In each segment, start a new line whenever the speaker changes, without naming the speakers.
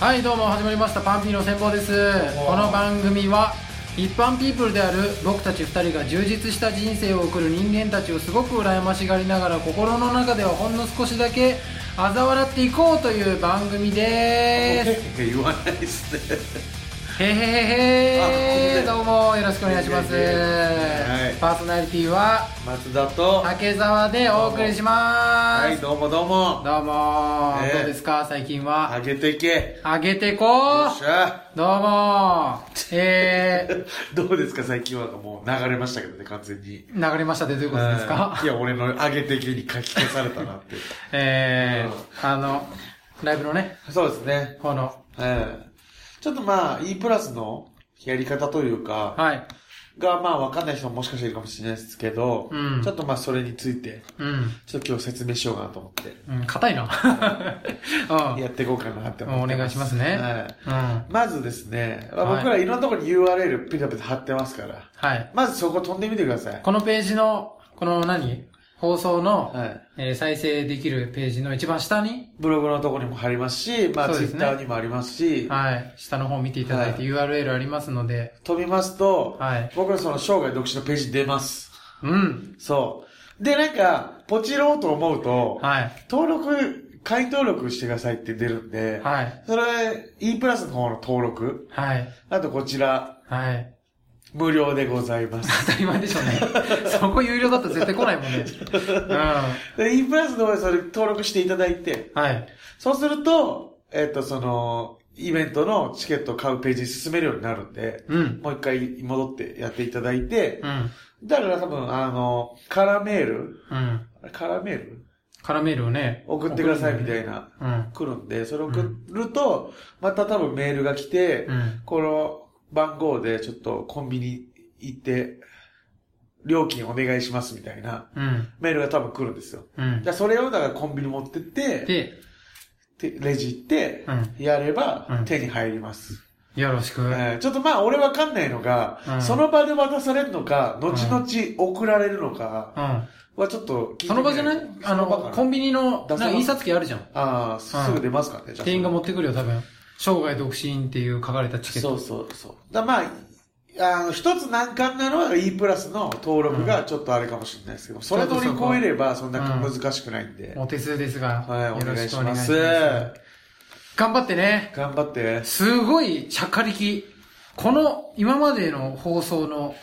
はいどうも始まりましたパンピーの先方ですこの番組は一般ピープルである僕たち2人が充実した人生を送る人間たちをすごく羨ましがりながら心の中ではほんの少しだけ嘲笑っていこうという番組です
言わないですね。
へへへへ
あこれで
どうもよろしくお願いします
いやいやいやはい
パーソナリティは
松田と。
竹澤でお送りします、
はい、どうもどうも。
どうもー、
ね
どうですか最近は、
上げていけ。
上げてこ
よ
う
っしゃ。
どうもーえ
どうですか、最近はもう流れましたけどね、完全に。
ー、流れましたでどういうことですか
うんいや、俺の上げてけに書き消されたな って。
え
うん
ー、あの、ライブのね、
そうですね。
この、
うん。ちょっとまあ、E プラスのやり方というか、
はい、
がまあ、わかんない人ももしかしているかもしれないですけど、
うん
ちょっとまあ、それについて、
うん、
ちょっと今日説明しようかなと思って、
うん、硬いな。 うん、
やっていこうかなって思
お
ってます。
願いしますね。
はい。
うん、は
まずですね、まあ
はい
僕らいろんなところに URL ピタピタ貼ってますから、
い。
まずそこ飛んでみてください。
このページの、この何放送の、
はい。
えー再生できるページの一番下に、
ブログのところにも貼りますし、まあ
そう
ツイ
です
ッ
ね
ターにもありますし、
はい、下の方見ていただいて URL ありますので、
飛びますと、
はい
僕らその生涯独身のページに出ます。
うん、
そう。で、なんか、ポチろうと思うと、
はい、
登録、会員登録してくださいって出るんで、
はい、
それ、E プラスの方の登録、
はい、
あとこちら、
はい。
無料でございます。
当たり前でしょうね。 そこ有料だったら絶対来ないもんね。うん。
で、E プラスの方でそれ登録していただいて、
はい。
そうすると、えっ、と、その、イベントのチケットを買うページに進めるようになるんで、
うん。
もう一回戻ってやっていただいて
う、ん。
だから多分、あの、カラーメール
うん。
あれカラーメール
カラメールをね。
送ってくださいみた
い
いな、
な。
来るんで、それ送ると、また多分メールが来て、
うん。うん。
この番号でちょっとコンビニ行って、料金お願いしますみたいな
うん。
メールが多分来るんですよ。
うん
じ。ゃあそれをだからコンビニ持ってって、
で、
てレジ行って
うん、
やれ
う
ば
ん
手に入ります。
よろしく。
えーちょっとまあ俺わかんないのが、
うん
その場で渡されるのか、後々送られるのか
うん。
はちょっと聞いてみ
その場じゃないあの、コン
ビ
ビニの、な
出
ん
さな
か
い
印刷機あるじゃん。
ああ、す
うん
すぐ出ますからね、じゃあ
店員が持ってくるよ、多分。生涯独身っていう書かれたチケット。
そうそうそう。だまあ、あの、一つ難関なのは E プラスの登録がちょっとあれかもしれないですけど、それ乗り越えればそんな難しくないんで。
お手数ですが、
はい、お
よろ
願い
し
し
くお願
ま
いしますす。。頑張ってね。
頑張って。
すごい、ちゃかりき。この、今までの放送の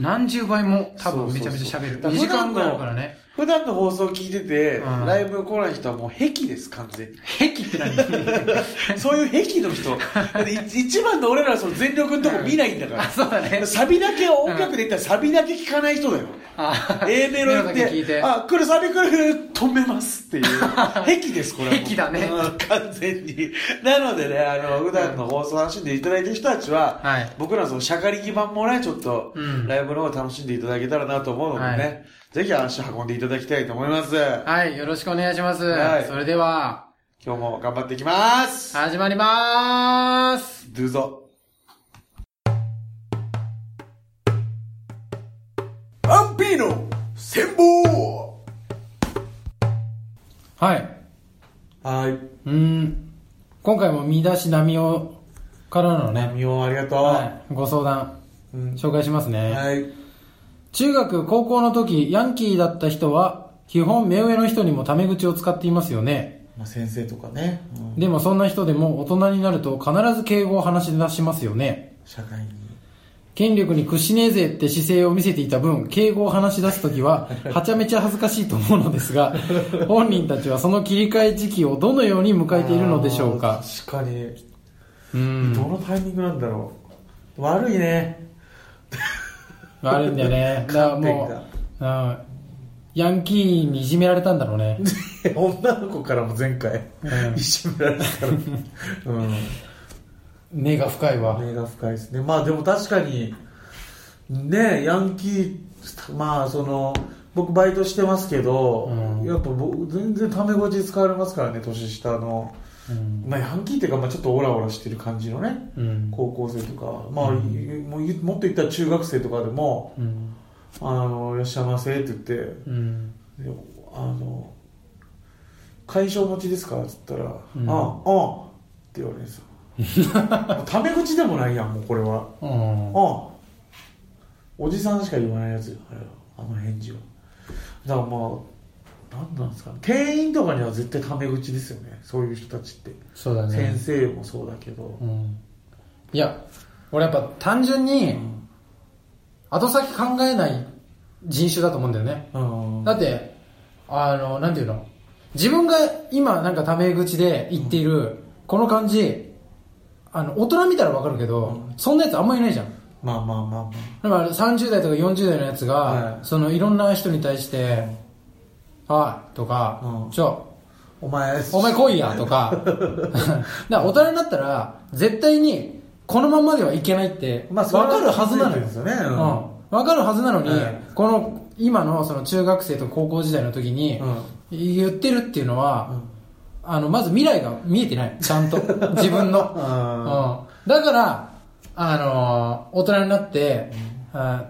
何十倍も多分めちゃめちゃ喋る。
そうそうそう
2時間ぐらいあるからね。
普段の放送聞いてて、
うん
ライブ来ない人はもう癖です、完全に。
ヘキって何
そういう癖の人。だってい一番の俺らはその全力のとこ見ないんだか
あ、
ら。
そうだね。
サビだけを音楽で言ったらサビだけ聞かない人だよ。
あ
A メロ行
メ
っ
ロだけ聞いて
て、あ、来るサビ来る、止めます っていう。癖です、これはもう。
癖だね
うん完全に。なのでね、あの、普段の放送を楽しんでいただいた人たちは、
はい
僕らのその、しゃかりき版もね、ちょっと
う、ん
ライブの方を楽しんでいただけたらなと思うので
は
ね、ぜひ足運んでいただきたいと思います。
はい、よろしくお願いします。
はい
それでは、
今日も頑張っていきます
始まりまーす。
どうぞ。アンピーの戦法
はい。
はい。
うーん。今回も見出し波をからのね、
みおありがとう。
はい、ご相談、
うん
紹介しますね。
はい。
中学、高校の時、ヤンキーだった人は、基本目上の人にもタメ口を使っていますよね。
まあ、先生とかね、
でもそんな人でも大人になると必ず敬語を話し出しますよね。
社会に。
権力に屈しねえぜって姿勢を見せていた分、敬語を話し出す時 は、はちゃめちゃ恥ずかしいと思うのですが、本人たちはその切り替え時期をどのように迎えているのでしょうか。
確かに。
う
ど
ん。
のタイミングなんだろう。悪いね。
悪いんだよね。だからも
観
う、うんヤンキーにいじめられたんだろうね。
女の子からも前回、
うん
いじめられたから。うん。
根が深いわ。
目が深いですね。まあでも確かに、ね、ヤンキー、まあその、僕バイトしてますけど、
うん
やっぱ僕全然タメ口使われますからね、年下の。
うん。
まあヤンキーっていうか、まあちょっとオラオラしてる感じのね、
うん。
高校生とか、まあ、もうもっと言ったら中学生とかでも、
うん。
あの、いらっしゃいませって言って、
うん。
でもあの、解消持ちですかって言ったら、
うん
ああ、ああって言われるんですよ。もうタメ口でもないやん、もうこれは。
うん
ああおじさんしか言わないやつよあれはあの返事はだからまあなんなんですかね店員とかには絶対タメ口ですよねそういう人たちって、
そうだね
先生もそうだけど、
うんいや俺やっぱ単純に後先考えない人種だと思うんだよね
うん
だってあのなんていうの自分が今なんかタメ口で言っているこの感じあの大人見たらわかるけどそんなやつあんまいないじゃん
まあまあまあま
だから30代とか40代のやつが、
はい
そのいろんな人に対して「はい」とか
う
「
ん
ちょ
あお前
お前来いや」と かだから大人になったら絶対にこのままではいけないって
まあ
分
それは
かるはずなの
気づいてる
よ
んですよね
う
うん
ん分かるはずなのに、
はい
この今のその中学生とか高校時代の時に
うん
言ってるっていうのは、
うん
あのまず未来が見えてないちゃん と自分の
う
う
ん
んだから、あのー大人になって、あ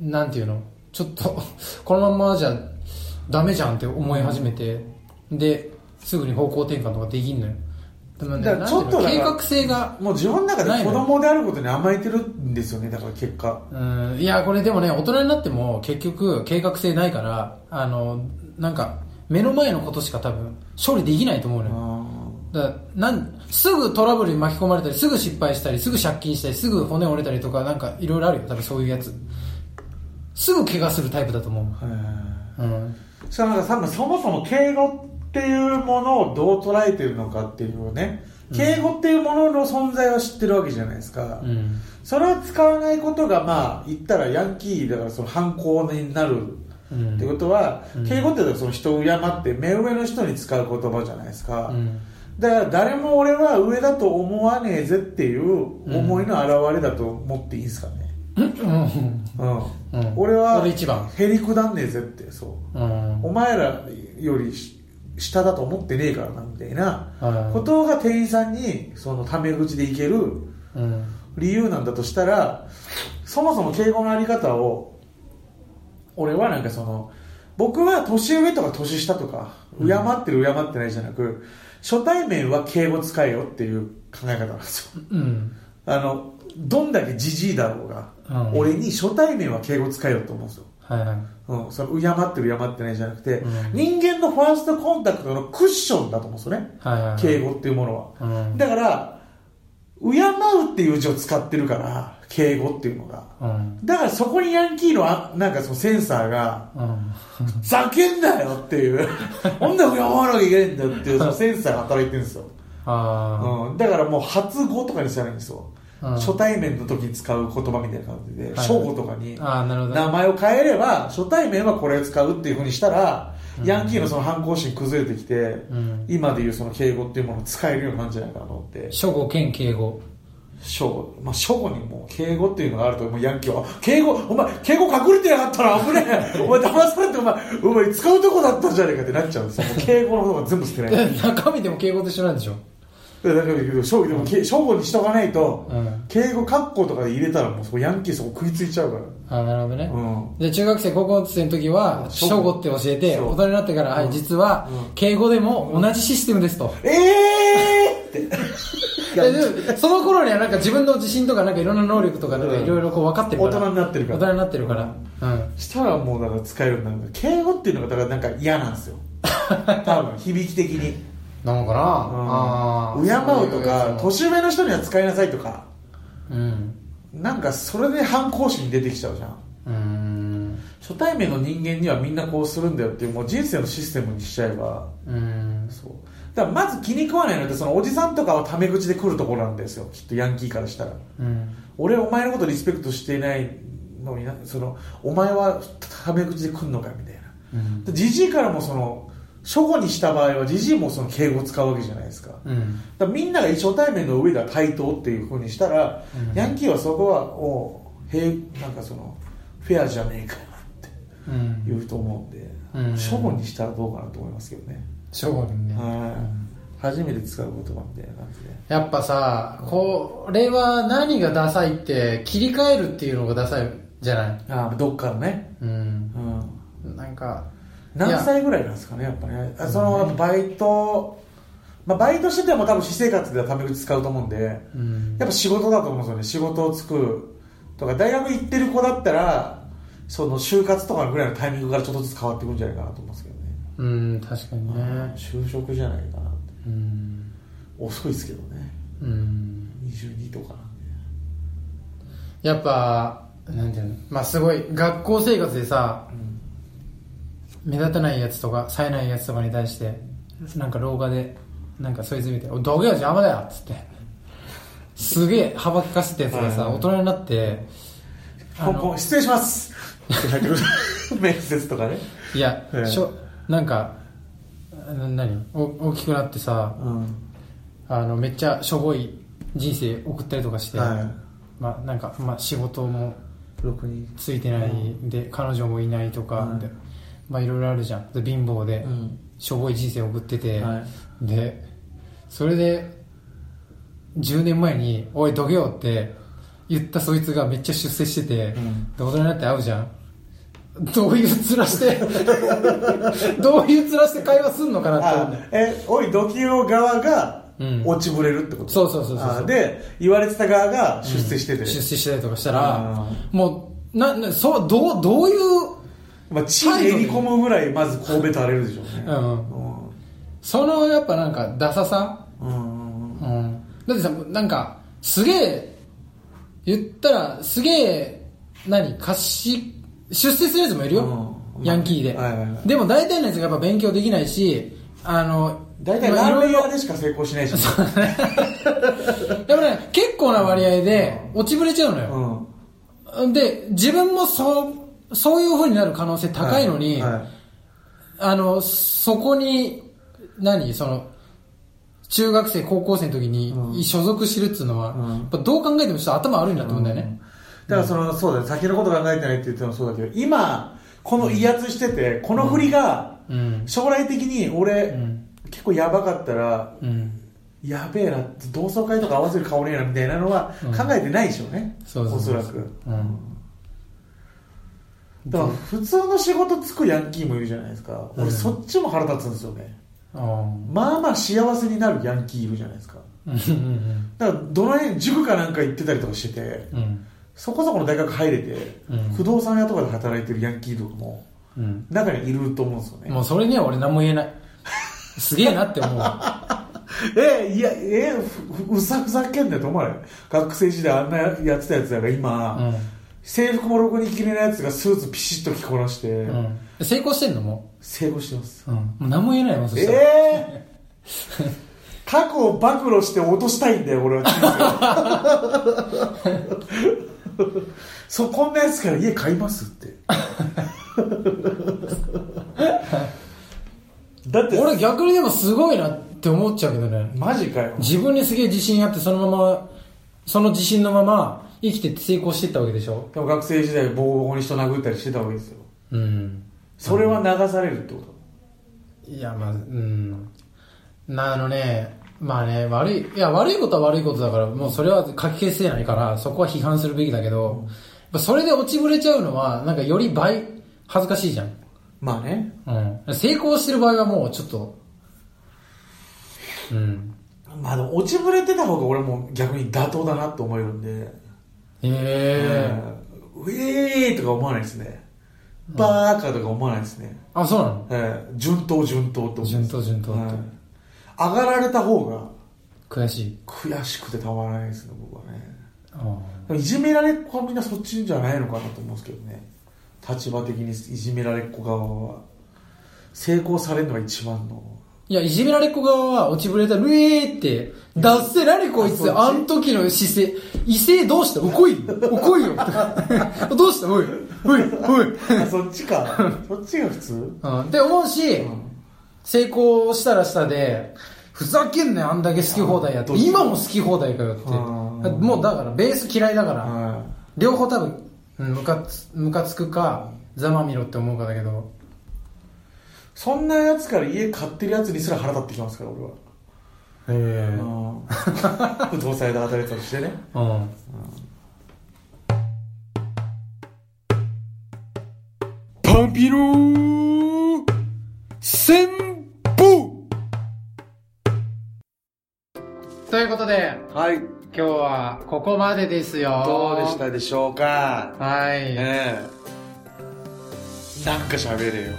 ーなんていうのちょっとこのまんまじゃダメじゃんって思い始めて、ですぐに方向転換とかできんのよでもね
だからちょっと
なんていう
だか
の
ら
計画性が
もう自分の中
ない
で
の
子
よ
供であることに甘えてるんですよねだから結果
うんいやこれでもね大人になっても結局計画性ないからあのなんか目の前のことしか多分処理できないと思うの
う
よ、
ん
だからなんすぐトラブルに巻き込まれたりすぐ失敗したりすぐ借金したりすぐ骨折れたりとかなんかいろいろあるよ多分そういうやつすぐ怪我するタイプだと思
はい。
ううん
しかもなんか多分そもそも敬語っていうものをどう捉えてるのかっていうね敬語っていうものの存在を知ってるわけじゃないですか、
うん
それを使わないことがまあ言ったらヤンキーだからその反抗になる
う
っ
ん
てことは、敬語ってその人を敬って目上の人に使う言葉じゃないですか、
うん
だから誰も俺は上だと思わねえぜっていう思いの表れだと思っていいんですかね、
うん
うん
うん
俺は
俺一番
へりくだんねえぜってそう
うん
お前らよりし下だと思ってねえからなみたいな
はい
ことが店員さんにそのタメ口でいける
うん
理由なんだとしたらそもそも敬語のあり方を俺はなんかその僕は年上とか年下とか敬ってる敬ってないじゃなく初対面は敬語使えよっていう考え方なんですよ
うん
あのどんだけじじいだろうが、
うん
俺に初対面は敬語使えよと思うんですよ
はいはい
うん、その敬ってる敬ってないじゃなくて、
うん
人間のファーストコンタクトのクッションだと思うんですよね、
はいはい
敬語っていうものは、
うん
だから敬うっていう字を使ってるから敬語っていうのが
うん
だからそこにヤンキーのあなんかそのセンサーが
うん
「ふざけんなよ!」っ ていう「なんで敬わなきゃいけないんだよ」っていうそのセンサーが働いてるんですよ、
あ
うん、だからもう初語とかにしたらいいんですよ、
うん
初対面の時に使う言葉みたいな感じで、
い
初語とかに
ーあーなるほどね
名前を変えれば初対面はこれを使うっていうふうにしたら、ヤンキーのその反抗心崩れてきて、
ん
今でいうその敬語っていうものを使えるようになるんじゃないかなと思って
初語兼敬語
初語、まあ、初語にもう敬語っていうのがあるともうヤンキーは「敬語お前敬語隠れてなかったら危ね えお前騙されてお前お前使うとこだったんじゃねえか」ってなっちゃうんですよもう敬語の方が全部捨てないだか
え中身でも敬語と一緒なんでしょ
らだけど初語でも敬初語にしとかないと、
うん
敬語括弧とかで入れたらもうそこヤンキーそこ食いついちゃうから
あーなるほどね
うん
で中学生高校生の時は初
初
語
語
って教えて
そう
大人になってから、はい実は敬語でも同じシステムですと、
ええ ーって
ででその頃にはなんか自分の自信とかなんかいろんな能力とかなんか
うん
いろいろこう分かってるから
大人になってるから
大人になってるからうん
したらもうだから使えるようになる敬語っていうのがだからなんか嫌なん ですよ多分響き的に、
なのかなあ
うん、敬
ー
う
そう
とか
いう
年上の人には使いなさいとか
うん
なんかそれで反抗心出てきちゃうじゃん
うーん
初対面の人間にはみんなこうするんだよっていうもう人生のシステムにしちゃえば
うーん
そうだからまず気に食わないのってそのおじさんとかはタメ口で来るところなんですよきっとヤンキーからしたら
うん
俺お前のことリスペクトしていないのになそのお前はタメ口で来んのかみたいな
うん
じじいからもその初語にした場合はじじいもその敬語を使うわけじゃないですかだか
うん
らみんなが初対面の上では対等っていうふうにしたら、
うん
ヤンキーはそこはおうへいなんかそのフェアじゃねえかなって
うん
言うと思うんで、
うん
初語にしたらどうかなと思いますけどね、
初語にね
はい初めて使う言葉みたいな感じで
やっぱさこれは何がダサいって切り替えるっていうのがダサいじゃない
ああどっかのね、
うん
うん、
なんか
何歳ぐらいなんですかねやっぱねあそのやっぱバイトまあ、バイトしてても多分私生活ではタメ口使うと思うんで、
うん
やっぱ仕事だと思うんですよね仕事をつくとか大学行ってる子だったらその就活とかぐらいのタイミングからちょっとずつ変わってくるんじゃないかなと思うんですけどね
うん確かにね
就職じゃないかなって
うん
遅いですけどね
うん
22とかなんで
やっぱなんていうのまあすごい学校生活でさ目立たないやつとか冴えないやつとかに対してなんか廊下でなんかそいつ見て「おいどけよ邪魔だよ」っつってすげえ幅利かせたやつがさ、
はいはい
大人になってあ
香
の
港失礼 しますって入ってくる面接とかね
いや、
ええ
しょなんかな何お大きくなってさ
うん
あのめっちゃしょぼい人生送ったりとかして、
は
まあなんか、まあ、仕事も
い6人
ついてないで彼女もいないとか、
はい
でまあいろいろあるじゃんで貧乏で、
うん
しょぼい人生を送ってて、
は
でそれで10年前に「おいどけよ」って言ったそいつがめっちゃ出世してて、
ん
で大人になって会うじゃんどういう面して どういう面して会話すんのかなって思うんだよ
あえおいドキュー側が
うん
落ちぶれるってこと、
そうそうそうそうそう
あで言われてた側が出世してて、
出世してたりとかしたら
あ
もうななそうどうどういう
まあ、地に練り込むぐらいまず神戸垂れるでしょうね
うんそのやっぱなんかダサさ
うんうん
うん、だってさなんかすげえ言ったらすげえ何貸し出世するやつもいるよ、
うん
ヤンキーで、
はいはいはい
でも大体のやつがやっぱ勉強できないしあの
大体
ま
ラ
あ
ーメン
いろい
屋でしか成功しないし、
ろでもね結構な割合で落ちぶれちゃうの
う
よ、
ん、
で自分もそうそういう風になる可能性高いのに、
はは
あのそこに何その中学生高校生の時
う
に
ん
所属してるっつうのは、
うん
やっぱどう考えてもちょっと頭悪いなと思うんだよね、
だからその、そうだね先のこと考えてないって言ってもそうだけど今この威圧してて、この振りが
うん
将来的に俺、
ん
結構やばかったら
うん
やべえな同窓会とか合わせる顔ねえなみたいなのは
うん
考えてないでしょうね、
そうそう
お
そ
そうらく、
うん
だから普通の仕事つくヤンキーもいるじゃないですか、
う
俺
ん
そっちも腹立つんですよね
あ
まあまあ幸せになるヤンキーいるじゃないですか
ーうん
だからどの辺塾かなんか行ってたりとかしてて
うんうん
そこそこの大学入れて、
うん
不動産屋とかで働いてるヤンキーとかも
うん
中にいると思うんですよね、
もうそれには俺何も言えないすげえなって思う
えいやえふふふざふざけんなよと思わない学生時代あんなやってたやつらが今、制服もろくに着れないやつがスーツピシッと着こなして、
うん、うん、成功してんのも
成功してます
う、うん、もう何も言えないもんそしたら、
ええー、過去を暴露して落としたいんだよ俺は そうこんなやつから家買いますってだって
俺逆にでもすごいなって思っちゃうけどね
マジかよ
自分にすげえ自信あってそのままその自信のまま生きてって成功していったわけでしょ
でも学生時代ボコボコに人殴ったりしてたわけですよ
うん
それは流されるってこと、
いやまあうんなあのねまあね悪いいや悪いことは悪いことだからもうそれは書き消せないからそこは批判するべきだけど、やっぱそれで落ちぶれちゃうのはなんかより倍恥ずかしいじゃん、
まあね
うん、成功してる場合はもうちょっとうん
まあでも落ちぶれてた方が俺も逆に妥当だなと思えるんで
へえ
うんウェーとか思わないですね。バーカとか思わないですね。
あそうなの
えー順当順当って思う
順当順当って
はい上がられた方が
悔しい
悔しくてたまらないですね、僕はね。
ああ
いじめられっ子はみんなそっちじゃないのかなと思うんですけどね。立場的にいじめられっ子側は。成功されるのが一番 の。
いや、いじめられっ子側は落ちぶれたら、うえーって、だっせ、何こいつ、あん時の姿勢、異性どうしたおこいよおこいよ どうしたおい、おい、おい。
あそっちか。そっちが普通
うん、って思うし、
ん
成功したらしたで、ふざけんなよ、あんだけ好き放題やって。
うん
今も好き放題かよって。
うん
もうだから、ベース嫌いだから、
は
両方多分、うんムカつ、ムカつくか、ざまみろって思うかだけど、
い。そんなやつから家買ってるやつにすら腹立ってきますから、俺は。
へえ
うん不動産屋で働いてたとしてね。
うん。
パンピロー戦法
ことで、
はい。
今日はここまでですよ。
どうでしたでしょうか
はい。
ええなんか喋れよ。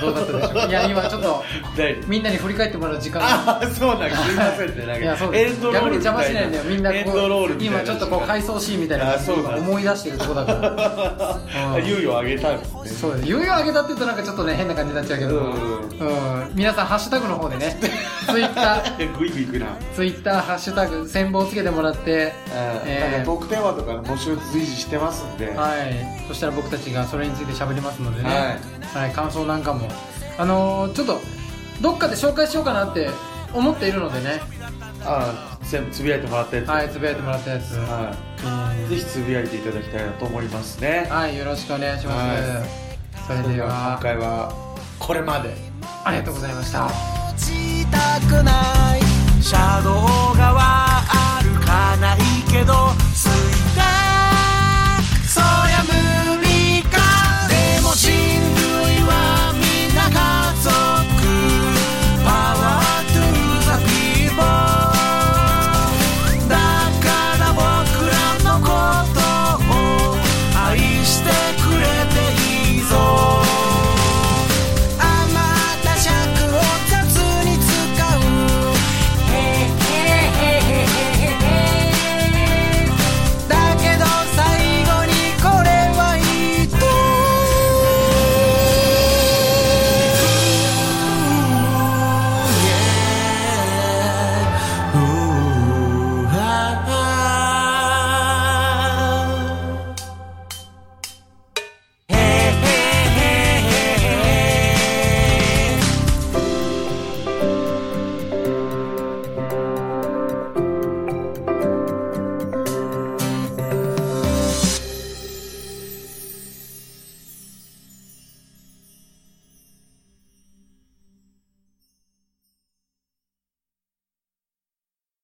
どうだったでしょうかいや、今ちょっと、
大
みんなに振り返ってもらう時間が。
ああ、そうなんすいませんね。なんか
いや、そう
エ
で
ン
す。
ドロー
逆
ル
に
みた
邪魔しない
い
ん
な
だよ。みんな
エン
こ
ドロール
う、
みたいな
今ちょっとこう、回想シーンみたいな
あそうだ
今思い出してるとこだ から。うん
猶予あげたんですね。
そうです。猶予あげたって言うとなんかちょっとね、変な感じになっちゃうけど、
うん
うん皆さん、ハッシュタグの方で ね、ツイッター、
え、グイグイいくな。
ツイッター、ハッシュタグ、戦法つけてもらって、
なんかトークテーマとかの募集随時してますんで、
はい、そしたら僕たちがそれについて喋りますのでね、
は
はい感想なんかも、あのーちょっとどっかで紹介しようかなって思っているのでね、
ああ全部つぶやいてもらったやつ、
はい、つぶやいてもらったやつ、
は
え
い
ー
ぜひつぶやいていただきたいなと思いますね。
はい、よろしくお願いします。
はい
それでは
今、回はこれまで。
ありがとうございました。
落ちたくない車道側歩かないけど